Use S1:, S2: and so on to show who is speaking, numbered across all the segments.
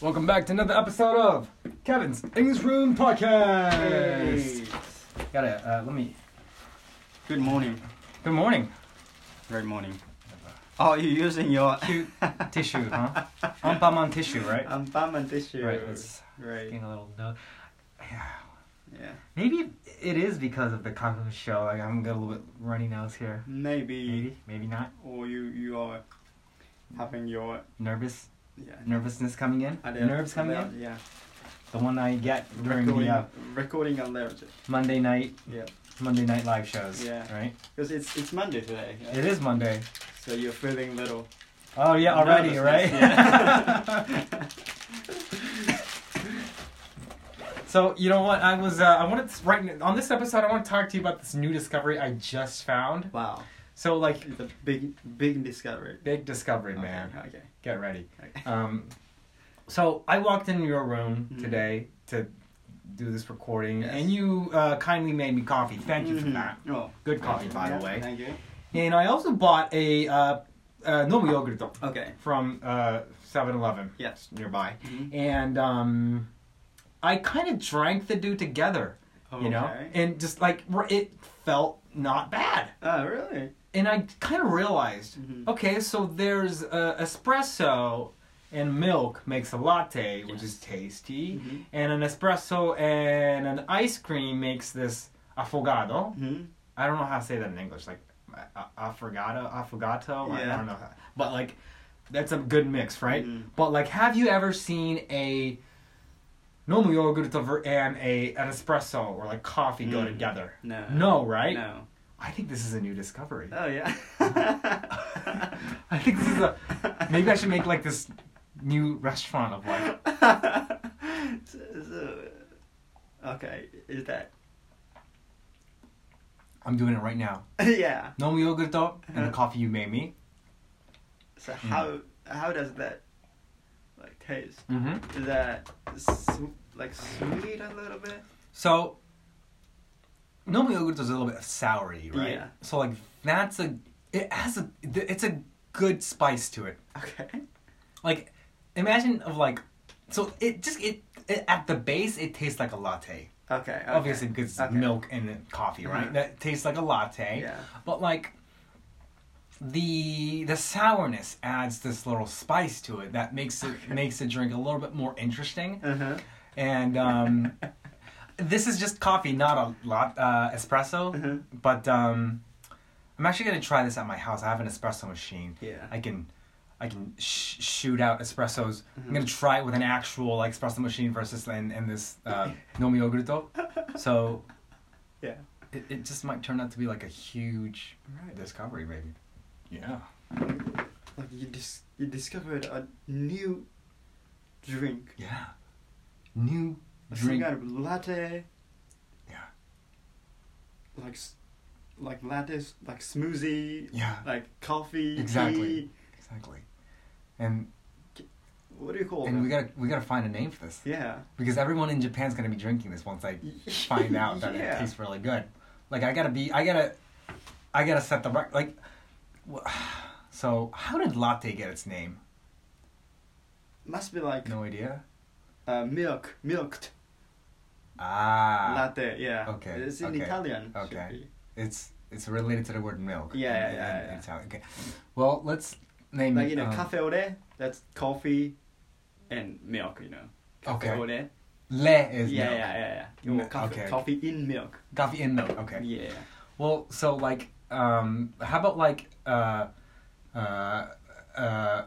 S1: Welcome back to another episode of Kevin's English Room Podcast. Gotta uh, let me.
S2: Good morning.
S1: Good morning.
S2: Great morning. Oh, you're using your
S1: Cute tissue, huh? Ampaman tissue, right?
S2: I'm bumming um, tissue.
S1: Right. It's
S2: Right.
S1: getting a little. No-
S2: Yeah.
S1: Maybe it is because of the Kaku show. Like I'm got a little bit runny nose here.
S2: Maybe,
S1: Maybe, maybe not.
S2: or you you are having your
S1: Nervous,
S2: yeah.
S1: nervousness coming in.
S2: aller-
S1: Nerves coming
S2: aller-
S1: in.
S2: Yeah.
S1: The one I get during
S2: recording
S1: the uh,
S2: recording allergy.
S1: Monday night,
S2: Yeah.
S1: Monday night live shows.
S2: Yeah.
S1: Right.
S2: Because it's it's Monday today. yeah?
S1: It is Monday.
S2: So you're feeling little.
S1: Oh yeah, already, right?
S2: nervousness, yeah.
S1: So you know what? I was uh, I wanted to, right on this episode. I want to talk to you about this new discovery I just found.
S2: wow.
S1: So like
S2: It's a big big discovery.
S1: big discovery,
S2: Okay,
S1: man.
S2: Okay.
S1: Get ready.
S2: okay.
S1: Um, so I walked in your room
S2: Mhm.
S1: today to do this recording,
S2: Yes.
S1: and you uh, kindly made me coffee. Thank you for
S2: Mhm.
S1: that.
S2: Oh,
S1: Good coffee, by
S2: yeah,
S1: the way.
S2: Thank you.
S1: And I also bought a uh, uh, Nobu yogurt
S2: Okay.
S1: from uh, 7-Eleven
S2: Yes.
S1: nearby,
S2: Mhm.
S1: and um, I kind of drank the dew together. you know
S2: Okay.
S1: and just like r- it felt not bad
S2: Oh, really?
S1: and i kind of realized
S2: Mhm.
S1: okay so there's uh, espresso and milk makes a latte which is tasty
S2: Mhm.
S1: and an espresso and an ice cream makes this affogato
S2: Mhm.
S1: i don't know how to say that in english like a- a- affogato affogato I- i
S2: Yeah.
S1: don't know how, but like that's a good mix right
S2: Mhm.
S1: but like have you ever seen a normal yogurt and a an espresso or like coffee go
S2: Mm.
S1: together
S2: No.
S1: No, right?
S2: No.
S1: I think this is a new discovery.
S2: Oh yeah.
S1: I think this is a. Maybe I should make like this new restaurant of like.
S2: so, so, okay, is that?
S1: I'm doing it right now.
S2: yeah.
S1: No yogurt
S2: Uh-huh.
S1: and the coffee you made me.
S2: So
S1: Hmm.
S2: how how does that like taste?
S1: Mm-hmm.
S2: Is that su- like sweet a little bit?
S1: So. No yogurt is a little bit soury, right?
S2: Yeah.
S1: So like that's a. It has a. It's a good spice to it.
S2: Okay.
S1: Like, imagine of like. So it just it, it at the base it tastes like a latte.
S2: Okay. okay.
S1: Obviously because it's
S2: Okay.
S1: milk and coffee, right?
S2: Mhm.
S1: That tastes like a latte.
S2: Yeah.
S1: But like the the sourness adds this little spice to it that makes it makes the drink a little bit more interesting.
S2: Uh huh.
S1: And um, this is just coffee, not a lot uh, espresso.
S2: Uh-huh.
S1: But um, I'm actually gonna try this at my house. I have an espresso machine.
S2: Yeah.
S1: I can I can sh- shoot out espressos.
S2: Mm-hmm.
S1: I'm gonna try it with an actual like, espresso machine versus and and this uh, nomi yogurto. So
S2: Yeah.
S1: it, it just might turn out to be like a huge
S2: Right.
S1: discovery, maybe. Yeah.
S2: Like you dis- you discovered a new drink.
S1: Yeah. New
S2: Some
S1: drink.
S2: kind of latte.
S1: Yeah.
S2: Like, s- like latte, like smoothie,
S1: Yeah,
S2: like coffee.
S1: Exactly.
S2: Tea.
S1: exactly. And
S2: What do you call
S1: and we
S2: it?
S1: gotta we gotta find a name for this
S2: Yeah.
S1: because everyone in Japan's gonna be drinking this once I find out that it
S2: Yeah.
S1: tastes really good. Like I gotta be I gotta I gotta set the rec- like. wh- So how did latte get its name?
S2: Must be like
S1: No idea.
S2: uh, milk, milked
S1: Ah,
S2: latte. Yeah.
S1: okay,
S2: It's in
S1: okay,
S2: Italian. should
S1: okay.
S2: be.
S1: it's it's related to the word milk.
S2: Yeah,
S1: in-
S2: yeah,
S1: in-
S2: yeah,
S1: in
S2: yeah.
S1: Italian. Okay. Well, let's name
S2: Like you know,
S1: um,
S2: cafe au lait. That's coffee, and milk. You know. Cafe
S1: Okay.
S2: au lait.
S1: Le is
S2: Yeah,
S1: milk.
S2: yeah, yeah, yeah.
S1: Milk,
S2: Or coffee,
S1: okay.
S2: coffee in milk.
S1: Coffee and milk. Okay.
S2: Yeah.
S1: Well, so like, um, how about like, uh, uh, uh,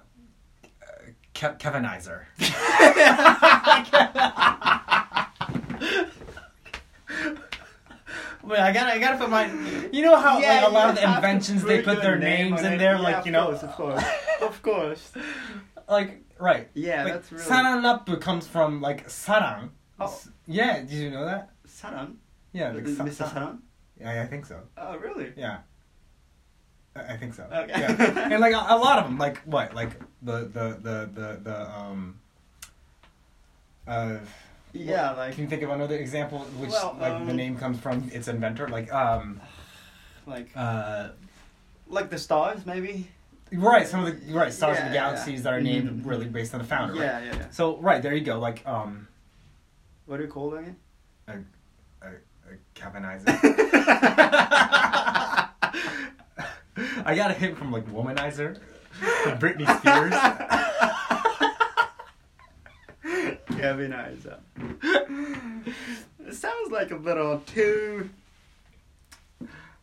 S1: Ke- Kevinizer? Wait, I gotta, I gotta put my. You know how
S2: Yeah,
S1: like a lot
S2: you
S1: of the
S2: have to
S1: inventions they put
S2: your
S1: their
S2: name
S1: names
S2: on
S1: in
S2: it.
S1: there,
S2: Yeah,
S1: like
S2: of
S1: you know,
S2: course, of course, of course.
S1: like right.
S2: Yeah,
S1: like,
S2: that's really.
S1: Saranapu comes from like sarang.
S2: Oh.
S1: Yeah, did you know that?
S2: Saran?
S1: Yeah, like,
S2: Is
S1: sa-
S2: it Mr.
S1: sa-
S2: Saran?
S1: Yeah, I think so.
S2: Oh, really?
S1: Yeah. I I think so.
S2: Okay.
S1: Yeah. and like a, a lot of them, like what, like the the the the, the um. Uh,
S2: Yeah,
S1: what-
S2: like
S1: Can you think of another example which
S2: Well,
S1: like the
S2: um,
S1: name comes from its inventor? Like um
S2: like
S1: uh
S2: like the stars maybe.
S1: Right, some of the right stars of the
S2: Yeah, yeah.
S1: galaxies that are named
S2: Mhm.
S1: really based on the
S2: Yeah,
S1: founder. right?
S2: yeah, yeah.
S1: So right there you go, like um,
S2: What are you called again?
S1: uh, Kevin Isaac. I got a hit from like Womanizer, from Britney Spears.
S2: Kevin Isaac. it sounds like a little too.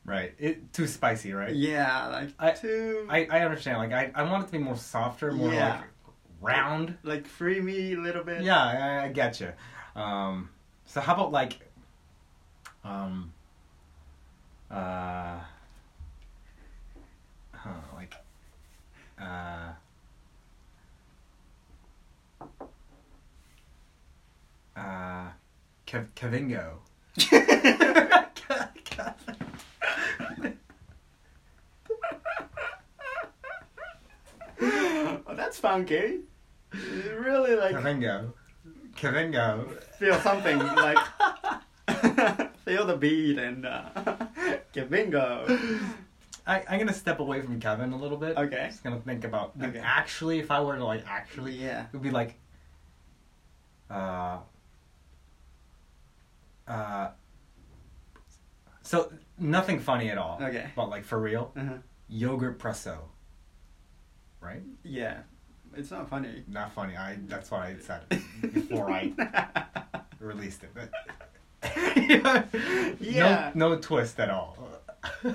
S1: right, it too spicy, right?
S2: Yeah, like
S1: I-
S2: too.
S1: I I understand. Like I I want it to be more softer, more
S2: Yeah.
S1: like round.
S2: like free me a little bit.
S1: Yeah, I, I get you. Um, so how about like, um, uh, huh, like, uh, uh, Kev- Kevingo.
S2: oh, that's funky. You really like
S1: Kevingo. Kevingo.
S2: feel something like feel the beat and uh, get bingo.
S1: I, I'm gonna step away from Kevin a little bit.
S2: Okay.
S1: Just gonna think about
S2: Okay.
S1: actually if I were to like actually
S2: Yeah.
S1: it would be like uh uh so nothing funny at all.
S2: Okay.
S1: But like for real,
S2: Uh-huh.
S1: yogurt presso. Right?
S2: Yeah, it's not funny.
S1: Not funny. I that's what I said before I released it. But
S2: Yeah.
S1: No, no twist at all.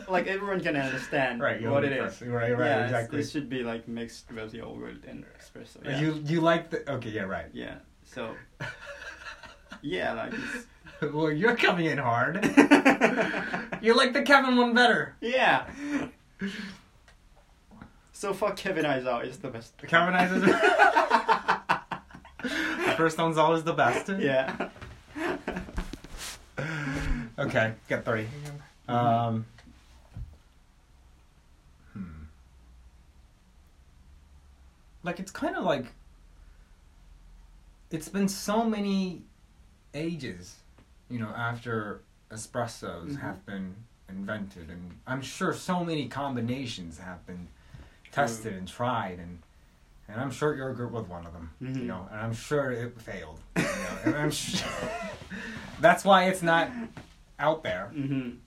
S2: like everyone can understand
S1: Right,
S2: what it
S1: yogurt
S2: is.
S1: presso, right, right,
S2: Yeah, it's-
S1: exactly.
S2: It should be like mixed with yogurt and espresso. Yeah.
S1: You you like the okay, yeah, right.
S2: yeah. So yeah, like it's,
S1: well, you're coming in hard. you like the Kevin one better.
S2: yeah. So fuck Kevin Izal is the best.
S1: Kevin The first one's always the best.
S2: yeah.
S1: Okay, get three. Um. hmm. Like it's kind of like. It's been so many ages, you know, after espressos
S2: Mhm.
S1: have been invented, and I'm sure so many combinations have been tested and tried, and and I'm sure yogurt was one of them,
S2: Mhm.
S1: you know, and I'm sure it failed. You know, and I'm sure, that's why it's not out there.
S2: hmm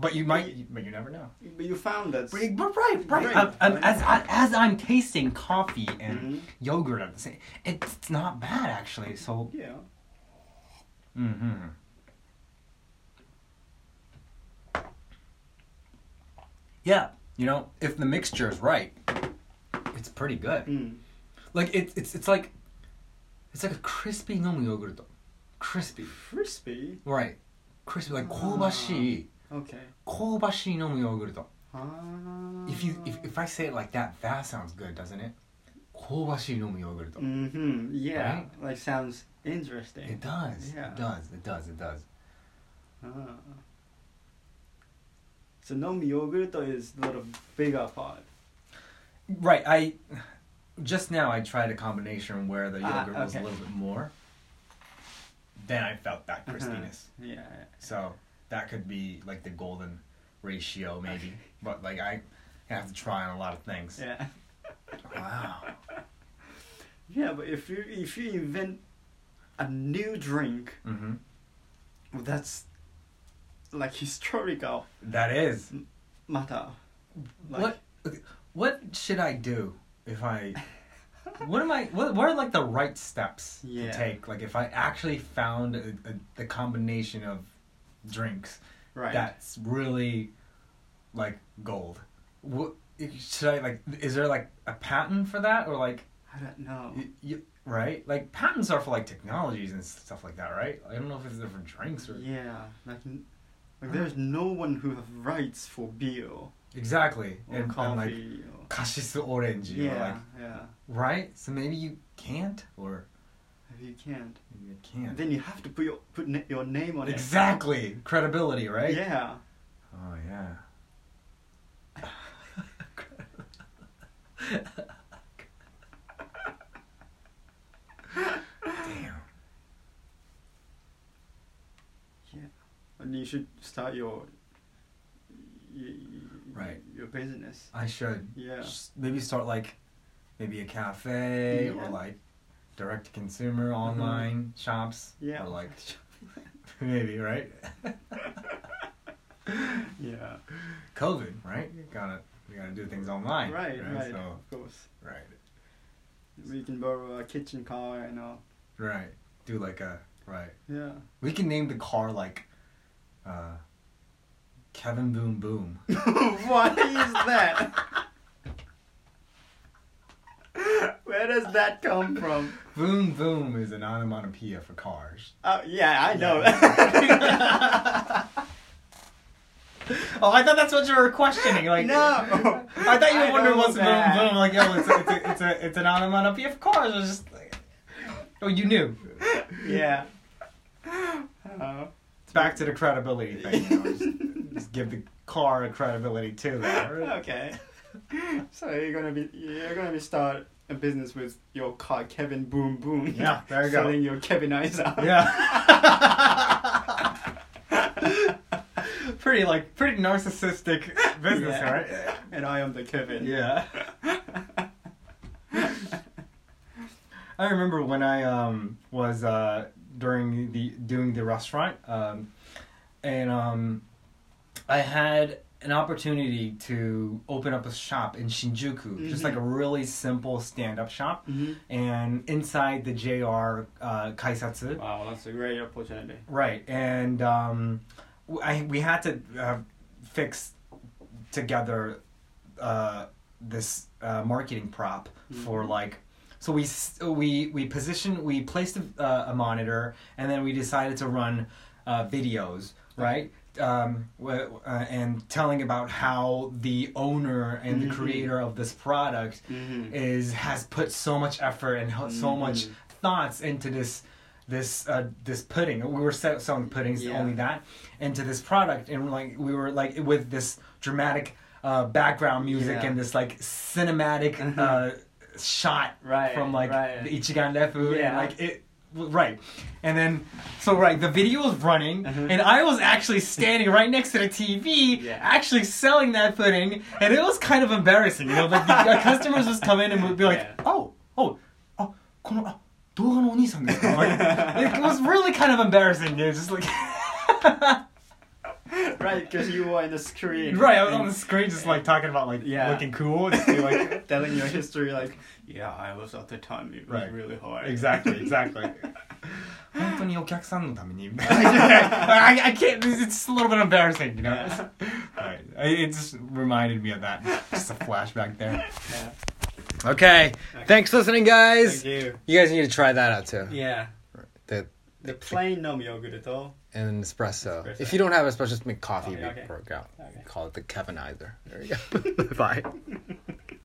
S1: But you might, but you never know.
S2: But you found that.
S1: But, but right, right.
S2: Right,
S1: Um, um,
S2: right.
S1: as I, as I'm tasting coffee and
S2: Mhm.
S1: yogurt at the same, it's it's not bad actually. So.
S2: Yeah.
S1: hmm Yeah, you know, if the mixture is right, it's pretty good.
S2: Mm.
S1: Like it's it's it's like it's like a crispy nomu yogurt. Crispy.
S2: Crispy.
S1: Right. Crispy like
S2: Ah.
S1: kobashi.
S2: Okay.
S1: Kobashi nomu yogurt.
S2: Ah.
S1: If you if, if I say it like that, that sounds good, doesn't it? Kobashi nomu yogurt.
S2: hmm Yeah.
S1: Right?
S2: Like sounds interesting.
S1: It does.
S2: Yeah.
S1: It does. It does. It does.
S2: Ah. So nom yogurt is a little bigger part.
S1: Right. I just now I tried a combination where the
S2: Ah,
S1: yogurt was a
S2: okay.
S1: little bit more. Then I felt that
S2: Uh-huh.
S1: crispiness.
S2: Yeah.
S1: So that could be like the golden ratio, maybe. but like I have to try on a lot of things.
S2: Yeah.
S1: Wow.
S2: Yeah, but if you if you invent a new drink,
S1: hmm
S2: well, that's like historical
S1: That is.
S2: matter. Like,
S1: what? okay, What should I do if I? What am I? What, what are like the right steps
S2: Yeah.
S1: to take? Like if I actually found a, a, the combination of drinks
S2: Right.
S1: that's really like gold. What should I like? Is there like a patent for that or like?
S2: I don't know.
S1: Y- y- right? Like patents are for like technologies and stuff like that, right? I don't know if it's different drinks or
S2: Yeah, like, n- like there's no one who have rights for beer or
S1: exactly and, and like
S2: coffee. or,
S1: cassis orange,
S2: yeah,
S1: or like
S2: yeah.
S1: right? So maybe you can't or
S2: If you can't,
S1: maybe you can't.
S2: then you have to put your put na- your name on
S1: exactly credibility,
S2: it.
S1: right?
S2: Yeah.
S1: Oh yeah. Damn.
S2: And you should start your. y- y-
S1: Right.
S2: your business.
S1: I should
S2: Yeah.
S1: s- maybe start like maybe a cafe
S2: Yeah. Mm-hmm.
S1: or like direct to consumer online shops.
S2: Yeah.
S1: Or like maybe right.
S2: yeah.
S1: COVID, right? You gotta we gotta do things online.
S2: Right, right,
S1: So
S2: of course.
S1: right,
S2: We can borrow a kitchen car and all.
S1: right. Do like a right.
S2: Yeah.
S1: We can name the car like uh Kevin Boom Boom.
S2: what is that? Where does that come from?
S1: boom Boom is an onomatopoeia for cars.
S2: Oh yeah, I know.
S1: Oh, I thought that's what you were questioning. Like
S2: No.
S1: I thought you
S2: I
S1: were wondering
S2: know
S1: what's boom
S2: that.
S1: boom. Like, oh, it's a, it's a, it's, a, it's an onomatopoeia for cars. I was just like, oh, you knew.
S2: yeah.
S1: Uh-huh.
S2: Uh,
S1: It's back to the credibility thing. You know, just, just give the car a credibility too. alright?
S2: okay. So you're gonna be you're gonna be start a business with your car Kevin Boom Boom.
S1: Yeah, there you go.
S2: Selling your Kevin eyes out.
S1: Yeah. pretty like pretty narcissistic business,
S2: Yeah.
S1: right?
S2: And I am the Kevin.
S1: Yeah. I remember when I um was uh during the doing the restaurant um and um I had an opportunity to open up a shop in Shinjuku, just
S2: Mhm.
S1: like a really simple stand-up shop
S2: Mhm.
S1: and inside the JR uh Kaisatsu.
S2: Wow, that's a great opportunity.
S1: Right, and um, w- I we had to uh, fix together uh, this uh, marketing prop for
S2: Mhm.
S1: like. So we s- we we positioned we placed a, uh, a monitor and then we decided to run uh, videos right um, w- uh, and telling about how the owner and the
S2: Mhm.
S1: creator of this product
S2: Mm-hmm.
S1: is has put so much effort and ho- so much
S2: Mhm.
S1: thoughts into this this uh, this pudding. We were se- selling puddings
S2: Yeah.
S1: only that into this product, and like we were like with this dramatic uh, background music
S2: Yeah. Mm-hmm.
S1: and this like cinematic uh, shot
S2: Right,
S1: from like
S2: right.
S1: the Ichigan Lefu and
S2: Yeah.
S1: like it. w- Right, and then so right, the video was running,
S2: Uh-huh.
S1: and I was actually standing right next to the TV,
S2: Yeah.
S1: actually selling that pudding, and it was kind of embarrassing, you know. Like the our customers just come in and would be like,
S2: Yeah.
S1: "Oh, oh, あこのあ動画のお兄さんですか like, It was really kind of embarrassing. It was just like
S2: Right, because you were in the screen.
S1: right, I was
S2: and
S1: on the screen just like talking about like
S2: Yeah.
S1: looking cool. Just be like
S2: telling your history, like, yeah, I was at the time. It was
S1: Right.
S2: really hard.
S1: exactly, exactly. 本当にお客さんのために I, I can't. It's it's a little bit embarrassing, you know.
S2: Yeah.
S1: Right. I- It just reminded me of that. Just a flashback there.
S2: Yeah.
S1: Okay. Thanks for listening, guys.
S2: Thank you.
S1: You guys need to try that out too.
S2: Yeah.
S1: The,
S2: The plain nom yogurt, though.
S1: and espresso.
S2: Espresso.
S1: If you don't have espresso, just make coffee.
S2: Coffee,
S1: we
S2: okay.
S1: work out.
S2: Okay.
S1: Call it the Kevinizer. There you go. Bye.